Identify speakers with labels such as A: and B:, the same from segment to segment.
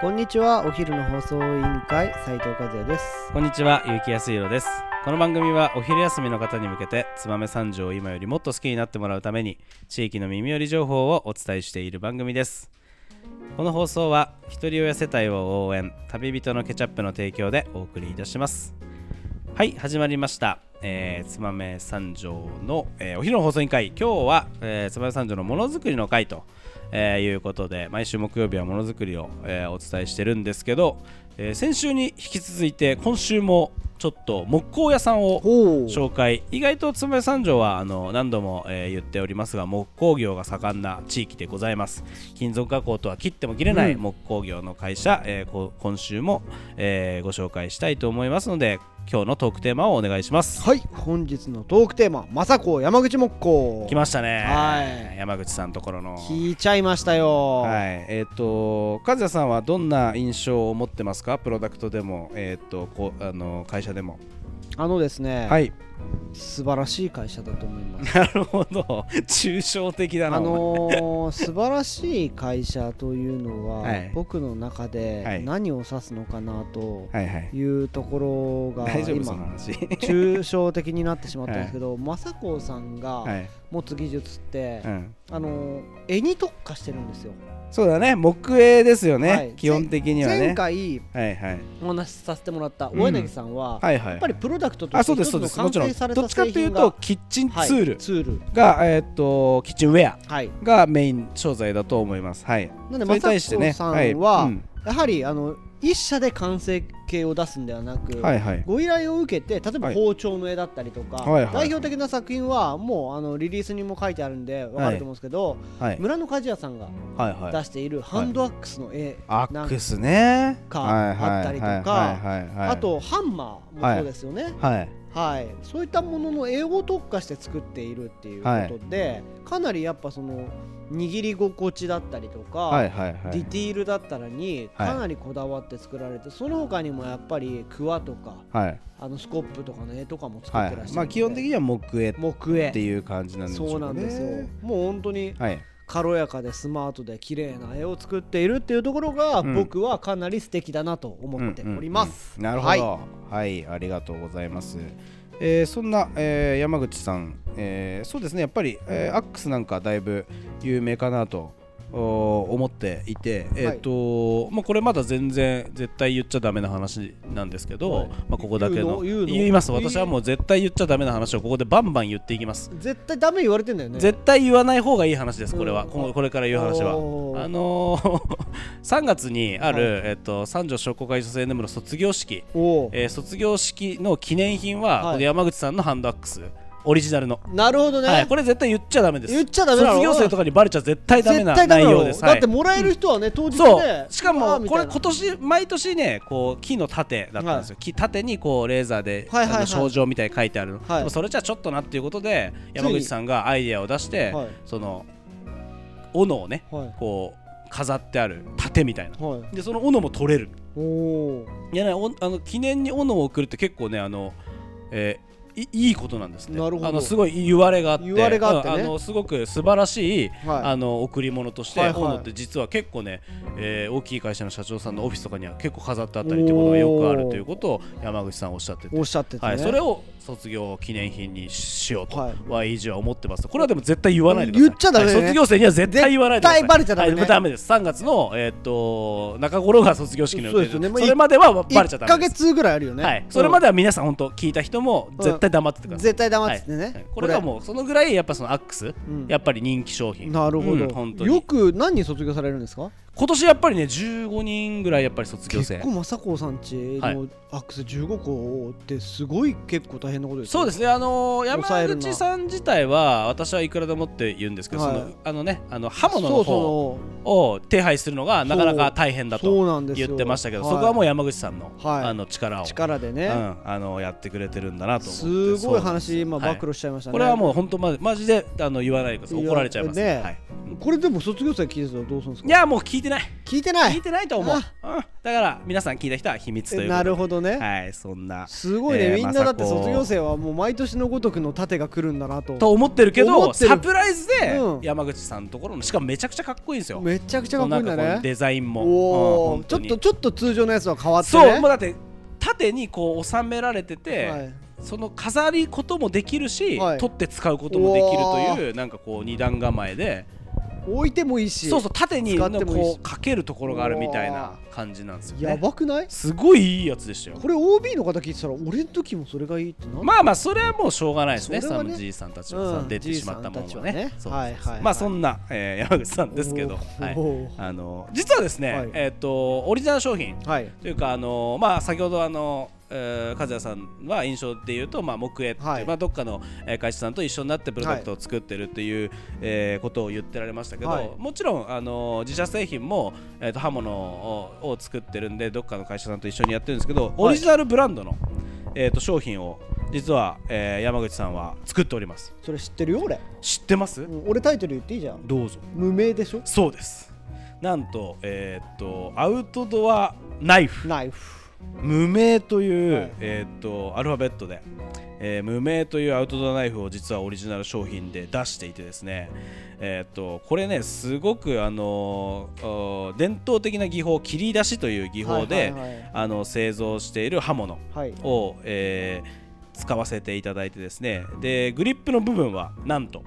A: こんにちはお昼の放送委員会斉藤和也です
B: こんにちは、結城康弘です。この番組はお昼休みの方に向けて、燕三条を今よりもっと好きになってもらうために、地域の耳寄り情報をお伝えしている番組です。この放送は、ひとり親世帯を応援、旅人のケチャップの提供でお送りいたします。はい、始まりました。えー、燕三条の、えーお昼の放送委員会、今日は、えー、燕三条のものづくりの会と、えーいうことで、毎週木曜日はものづくりを、えーお伝えしてるんですけど、えー先週に引き続いて、今週もちょっと木工屋さんを
A: お
B: 紹介意外と燕三条はあの何度も、えー言っておりますが木工業が盛んな地域でございます金属加工とは切っても切れない
A: うん
B: 木工業の会社、えーこ今週も、えーご紹介したいと思いますので今日のトークテーマをお願いします
A: はい本日のトークテーマまさこ山口木工
B: 来ましたね
A: はい
B: 山口さんところの
A: 聞いちゃいましたよ、
B: はいえっ、と和也さんはどんな印象を持ってますかプロダクトでも、えっとこうあの会社でも
A: あのですね、
B: はい
A: 素晴らしい会社だと思います
B: なるほど抽象的だな
A: あのー、素晴らしい会社というのは、
B: はい
A: 僕の中
B: は
A: で
B: い
A: 何を指すのかなと
B: はいはい
A: いうところが
B: 大丈夫その
A: 今
B: 話
A: 抽象的になってしまったんですけど、雅子さんが
B: い、
A: 持つ技術って、
B: うん、
A: あの絵に特化してるんですよ、
B: そうだね木影ですよね、
A: はい
B: 基本的には
A: 前
B: ね
A: 回
B: はいはい
A: お話しさせてもらった
B: うん
A: 大柳さんは、
B: はいはい
A: やっぱりプロダクトと
B: あ
A: して
B: そうで
A: 一つ
B: すそ
A: の完
B: うですもちろん
A: 成され
B: ど
A: た
B: っちか
A: 製
B: っていう
A: 品
B: と
A: が
B: キッチンツー
A: は
B: ル
A: い、ツール
B: が、えーっとキッチンウェア
A: はい
B: がメイン商材だと思いますはい
A: なの
B: それ
A: で
B: に対して
A: 雅
B: ね
A: 子さんは、
B: いうん
A: やはりあの一社で完成形を出すんではなく、
B: はいはい
A: ご依頼を受けて例えば
B: はい
A: 包丁の絵だったりとか、
B: はいはいはい
A: 代表的な作品はもうあのリリースにも書いてあるんでわかると思うんですけど、
B: はい
A: 村の鍛冶屋さんが
B: はいはい
A: 出しているハンドアックスの絵
B: ア
A: な
B: ッ
A: ん
B: クスね
A: か
B: はいはい
A: あったりとか
B: はいはいはい
A: あとハンマーもそうですよね、
B: はい
A: はい、そういったものの英語を特化して作っているっていうことで、かなりやっぱその握り心地だったりとか、
B: はいはいは
A: ディ
B: い
A: ティールだったらに
B: はい
A: かなりこだわって作られて、その他にもやっぱりクワとか
B: はい
A: あのスコップとかの絵とかも作
B: は
A: ってらっしゃるので、
B: いまあ基本的には木影っ
A: 木絵
B: ていう感じなんでしょうね
A: そうなんですよもう本当に
B: はい
A: 軽やかでスマートで綺麗な絵を作っているっていうところが、
B: うん
A: 僕はかなり素敵だなと思っております、
B: うんうんうんなるほどはい、ありがとうございますえーそんな、えー山口さん、えーそうですねやっぱり、えーアックスなんかだいぶ有名かなとおー思っていて、えーとまあ、これまだ全然絶対言っちゃダメな話なんですけど、
A: はい
B: まあ、ここだけ
A: 言うの
B: の
A: 言うの
B: 言います
A: 言い
B: 私はもう絶対言っちゃダメな話をここでバンバン言っていきます、
A: 絶対ダメ言われてんだよね
B: 絶対言わない方がいい話ですこれは、
A: うん
B: ここれから言う話は
A: おー
B: あのー、3月にある、
A: は
B: えっと、三条商工会女性ネムの卒業式、
A: おう
B: えー卒業式の記念品は、
A: はい
B: この山口さんのハンドアックスオリジナルの、
A: なるほどね、
B: はい、これ絶対言っちゃダメです
A: 言っちゃダメだろ
B: 卒業生とかにバレちゃ絶対ダメな
A: 絶対ダメ
B: 内
A: だ
B: 容
A: ろ
B: です、
A: だ
B: は
A: っ
B: い
A: て、もらえる人はね当日
B: そ
A: ね
B: うしか
A: あ
B: も
A: ーみ
B: こ
A: た
B: れ
A: いな
B: 今年毎年ねこう木の盾だったんですよ、木盾にこうレーザーで、
A: はいはいはい
B: あの症状みたいに書いてあるの、
A: はい
B: でもそれじゃちょっとなっていうことで山口さんがアイデアを出して、
A: はい
B: その斧をね
A: はい
B: こう飾ってある盾みたいな
A: はい
B: でその斧も取れる
A: おお
B: いやねおあの記念に斧を贈るって結構ねあの、えーいいいことなんですね
A: なるほど
B: あのすごい言われがあって
A: 言われがあってね
B: うんのすごく素晴らしい、
A: は
B: あの贈り物として、
A: はいはい
B: 斧って実は結構ね、えー大きい会社の社長さんのオフィスとかには結構飾ってあったりってことがよくあるということを山口さんおっしゃって
A: い
B: て、
A: おっしゃってたね
B: はい、それを卒業記念品にしようと。
A: はい
B: は以上は思ってますこれはでも絶対言わないでください
A: 言っちゃダメね
B: はい卒業生には絶対言わないでください
A: 絶対バレちゃダメね
B: はいダメです3月の、えーっと中頃が卒業式の予定です
A: そう
B: そ
A: ですよねもうい
B: れまではバレちゃ
A: 1
B: ダ
A: か
B: メです
A: 月ぐらいあるよね
B: はい、それま
A: で
B: では皆さん本当聞いた人も絶対黙っててください、
A: 絶対黙っててね、
B: はいこれがもうそのぐらいやっぱそのアックス、
A: うん
B: やっぱり人気商品
A: なるほど、
B: うん本当に
A: よく何人卒業されるんですか
B: 今年やっぱりね15人ぐらいやっぱり卒業
A: 結
B: 生
A: 構雅子さんち
B: はい
A: のアックス15個ってすごい結構大変なことです
B: そうですね、あのー
A: 抑える
B: 山
A: な
B: 口さん自体は私はいくらでもって言うんですけど、
A: はい
B: そのあのねあの刃
A: そう
B: 物の方
A: そう
B: を手配するのがなかなか大変だ
A: そ
B: と
A: うなんですよ
B: 言ってましたけどそこはも
A: う
B: う山口さんの,、
A: はい
B: あの力を
A: 力で
B: う
A: ね、
B: ん、あのやってくれてるんだなと思って
A: すごい
B: そうなんです
A: 話今
B: はい
A: 暴露しちゃいましたね、
B: これはもう本当まマジであの言わないでください
A: いや
B: 怒られちゃいます、
A: ね
B: はい
A: これでも卒業生聞いてたらどうするんですか
B: いやもう聞いててない
A: 聞いてな
B: 聞い
A: い
B: てないと思う、うん、
A: あ
B: だから皆さん聞いた人は秘密とい
A: え
B: うことで
A: なるほどね、
B: はいそんな
A: すごいね、
B: えー
A: みんなだって
B: まさこ
A: 卒業生はもう毎年のごとくの盾が来るんだなと
B: と思ってるけ
A: 思
B: ど
A: ってる
B: サプライズで
A: うん
B: 山口さんのところのしかもめちゃくちゃかっこいいんですよ
A: めちゃくちゃかっこいいんだ
B: なんかこう
A: ね
B: デザインも
A: お
B: う
A: お、
B: ん本
A: ちょ
B: 当
A: っ
B: に
A: とちょっと通常のやつは変わってね
B: そうもうだって縦にこう収められてて、
A: はい
B: その飾りこともできるし、
A: はい
B: 取って使うこともできるというなんかこう二段構えで
A: 置いてもいいし
B: そうそう縦に
A: 使ってもいいし
B: こうかけるところがあるみたいな感じなんですよ
A: や
B: ね
A: ばくない
B: すごいいいやつでしたよ
A: これ OB の方聞いてたら俺の時もそれがいいってなん
B: まあまあそれはもうしょうがないですね
A: それ
B: サ
A: は
B: ム
A: ね
B: じいさんたちがさ
A: うん
B: 出てしまったもん
A: じい
B: は
A: さんたちはね
B: ねそうそうそう
A: はいはいはい
B: まあそんな、えー山口さんですけど、はい
A: おー
B: あの実はですね、
A: はい
B: えっ、とオリジナル商品
A: はい
B: というかあのまあ先ほどあの、えー、和也さんは印象で言うとまあ木絵っていう、
A: はい
B: まあどっかのえー会社さんと一緒になってプロダクトを作ってるっていう、えーことを言ってられましたけど、
A: はい
B: もちろんあの自社製品もえっ、と刃物をを作ってるんでどっかの会社さんと一緒にやってるんですけど、オリジナルブランドのえっ、と商品を実は、えー山口さんは作っております。
A: それ知ってるよ俺、
B: 知ってます？
A: うん俺タイトル言っていいじゃん
B: どうぞ。
A: 無名でしょ
B: そうです。なんとえっ、とアウトドアナイフ。
A: ナイフ
B: 無名という、
A: はい
B: えーっとアルファベットで、えー無名というアウトドアナイフを実はオリジナル商品で出していてですね、えーっとこれねすごくあのーおー伝統的な技法切り出しという技法で、
A: はいはいはい
B: あの製造している刃物
A: はい
B: を、えー使わせていただいてですねでグリップの部分はなんと、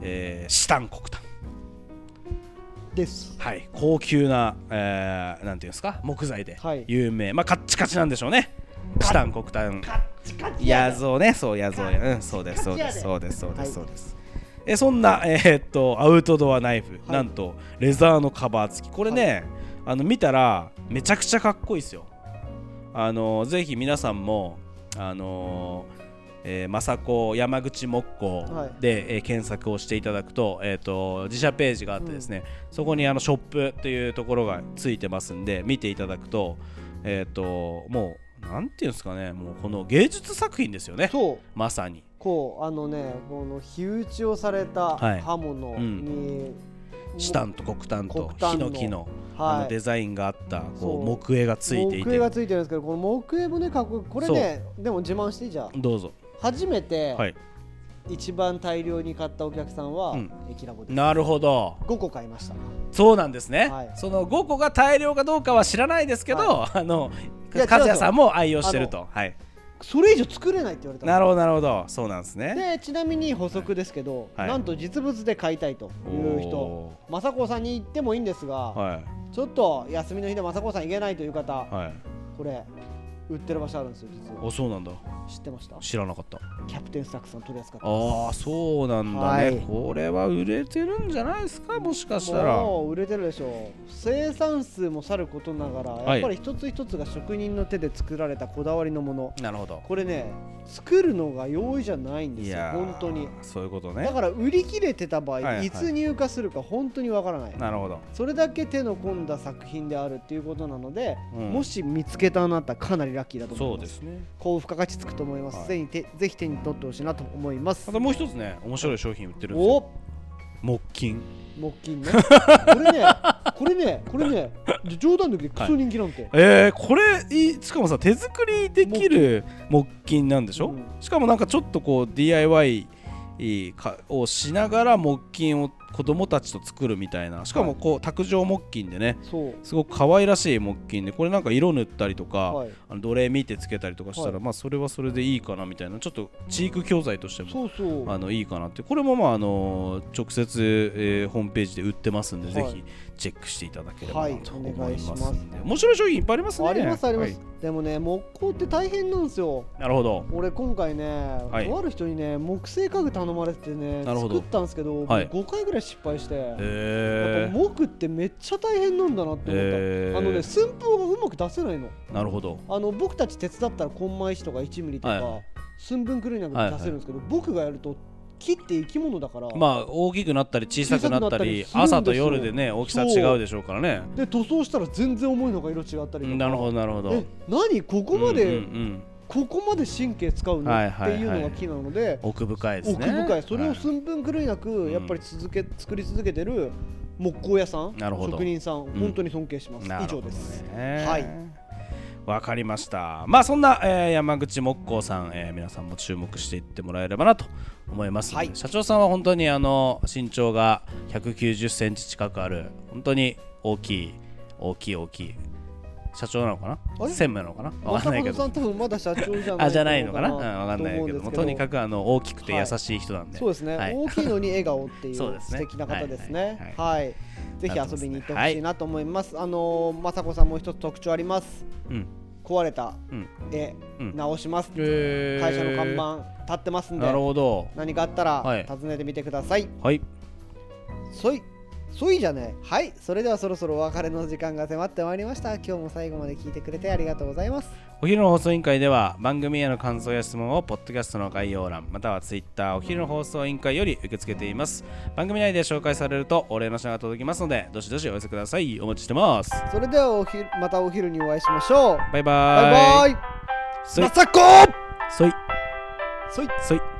B: えーシタン黒炭
A: です
B: はい、高級な、えーなんていうんですか木材で
A: はい
B: 有名、まあカッチカチなんでしょうねチタン黒炭ヤゾねそうヤゾうんそうですそうですそうですそうで
A: はい
B: すそうです、えそんなえーっとアウトドアナイフ、
A: い
B: なんとレザーのカバー付きこれね、あの見たらめちゃくちゃかっこいいですよあのぜひ皆さんもあのーえー、政子山口木工
A: はい
B: で、えー検索をしていただくと,、えー、と自社ページがあってですね、そこにあのショップというところがついてますんで見ていただくと,、えー、ともうなんていうんですかねもうこの芸術作品ですよね
A: そう
B: まさに
A: こうあのねこの火打ちをされた
B: はい
A: 刃物に、
B: チタンと黒炭と
A: 黒
B: ヒ
A: 炭の
B: ノキの,、あ
A: は
B: の
A: い
B: デザインがあったこ
A: そうう
B: 木絵がついてい
A: 木絵
B: て
A: がついてるんですけどこの木絵もねかっこいいこれねでも自慢していいじゃん
B: どうぞ、
A: 初めて
B: はい、
A: 一番大量に買ったお客さんは、
B: うん
A: 駅ラボです
B: なるほど
A: 5個買いました
B: そうなんですね、
A: はい
B: その5個が大量かどうかは知らないですけど、あの
A: いや
B: 和也さんも愛用してると、はい、
A: それ以上作れないって言われたの
B: なるほどなるほどそうなんですね
A: でちなみに補足ですけど、
B: はい
A: なんと実物で買いたいという人
B: お
A: 雅子さんに行ってもいいんですが、
B: ーは
A: ちょっと休みの日で雅子さん行けないという方、
B: いはい
A: これ売ってる場所あるんですよ実は
B: あそうなんだ
A: 知ってました
B: 知らなかった
A: キャプテンスタックさん取り扱って
B: ああそうなんだね、
A: はい
B: これは売れてるんじゃないですかもしかしたら
A: もう売れてるでしょう生産数もさることながら、
B: はい
A: やっぱり一つ一つが職人の手で作られたこだわりのもの
B: なるほど
A: これね作るのが容易じゃないんで
B: い
A: すよ
B: やー
A: 本当に
B: そういうこと
A: だ
B: ね
A: から売り切れてた場合、
B: はいはい
A: いつ入荷するか本当にわからない
B: なるほど
A: それだけ手の込んだ作品であるっていうことなので、
B: うん
A: もし見つけたあなたかなりラッキーだと
B: そ
A: 思
B: う
A: いま
B: ですすね
A: 高付加価値つくと思います、
B: はい
A: ぜひ手ぜひ手に取ってほしいなと思います
B: あともう一つね面白い商品売ってるんです
A: お
B: よ
A: っ
B: 木琴
A: 木琴ねこれねこれねこれね冗談抜きでクソ人気なんて、
B: えー、これいしかもさ手作りできる木琴なんでしょ、
A: うん
B: しかもなんかちょっとこう DIY かをしながら木琴を子供たちと作るみたいなしかもこう卓上木琴でね
A: そう
B: すごく可愛らしい木琴でこれなんか色塗ったりとか、
A: はい
B: あの奴隷見てつけたりとかしたら、
A: はい
B: まあそれはそれでいいかなみたいなちょっとチーク教材としても
A: そうそう
B: あのいいかなってこれもまああの直接、えーホームページで売ってますんで、
A: はい
B: ぜひチェックしていただければなと思
A: は
B: い
A: いお願
B: ま
A: いし
B: すん
A: ま
B: で、
A: す
B: 面白い商品いっぱいありますね
A: ありますあります、
B: は
A: でもね木工って大変なんですよ
B: いなるほど
A: 俺今回ね、
B: い
A: とある人にね木製家具頼まれてね
B: なるほど
A: 作ったんですけど、
B: はい
A: 5回ぐらい失敗して、や
B: え
A: っぱ木ってめっちゃ大変なんだなって思った、
B: えー
A: あのね寸法がうまく出せないの
B: ー、なるほど
A: あの僕たち手伝ったらコンマ1とか1ミリとか、
B: はい
A: 寸分狂いなく出せるんですけど、僕がやると木って生き物だから、
B: まあ大きくなったり小さくなっ
A: 小さくなっ
B: たり
A: たりするんですよ
B: 朝と夜でね大きさ違うでしょうからね
A: で塗装したら全然重いのが色違ったりとか
B: なるほどなるほど
A: え何ここまで、
B: うんうんうん
A: ここまで神経使うの、
B: はいはいはい
A: っていうのが木なので
B: 奥深いです
A: 奥
B: ね
A: 深いそれを
B: はい
A: 寸分狂いなく、
B: い
A: やっぱり続け作り続けてる木工屋さん
B: なるほど
A: 職人さん
B: ん
A: 本当に尊敬します、
B: な
A: 以
B: るほ
A: 上
B: ど
A: です、
B: ね
A: はい
B: わかりましたまあそんな、えー山口木工さん、えー皆さんも注目していってもらえればなと思いますので、
A: はい
B: 社長さんは本当にあの身長が1 9 0ンチ近くある本当に大きい大きい大きい社長なのかな
A: あれ
B: 専務なのかなわか
A: 正
B: んないけ
A: 門さ
B: ど
A: ん多分まだ社長じゃない
B: あじゃないのかな、うん、わかんない
A: と思う
B: けど
A: です
B: もとにかくあの大きくて優しい人なんで、
A: そうですね、
B: はい
A: 大きいのに笑顔っていう
B: そうですね
A: 素敵な方ですね。
B: は
A: はいぜひ遊びに行ってほしいなと思います。あのー、雅子さんもう一つ特徴あります。
B: うん
A: 壊れた
B: うん
A: 絵、
B: うん
A: 直します。
B: えー
A: 会社の看板立ってますんで
B: なる、ほど
A: 何かあった
B: はい
A: ら訪ねてみてください。
B: はい
A: そい、そいじゃねえ。はい、それではそろそろお別れの時間が迫ってまいりました。今日も最後まで聞いてくれてありがとうございます。
B: お昼の放送委員会では番組への感想や質問をポッドキャストの概要欄またはツイッターお昼の放送委員会より受け付けています番組内で紹介されるとお礼の品が届きますのでどしどしお寄せくださいお待ちしてます
A: それではおひまたお昼にお会いしましょう。
B: バイバーイ
A: バイバイ。
B: そい
A: 雅子。
B: そい
A: そい。
B: そい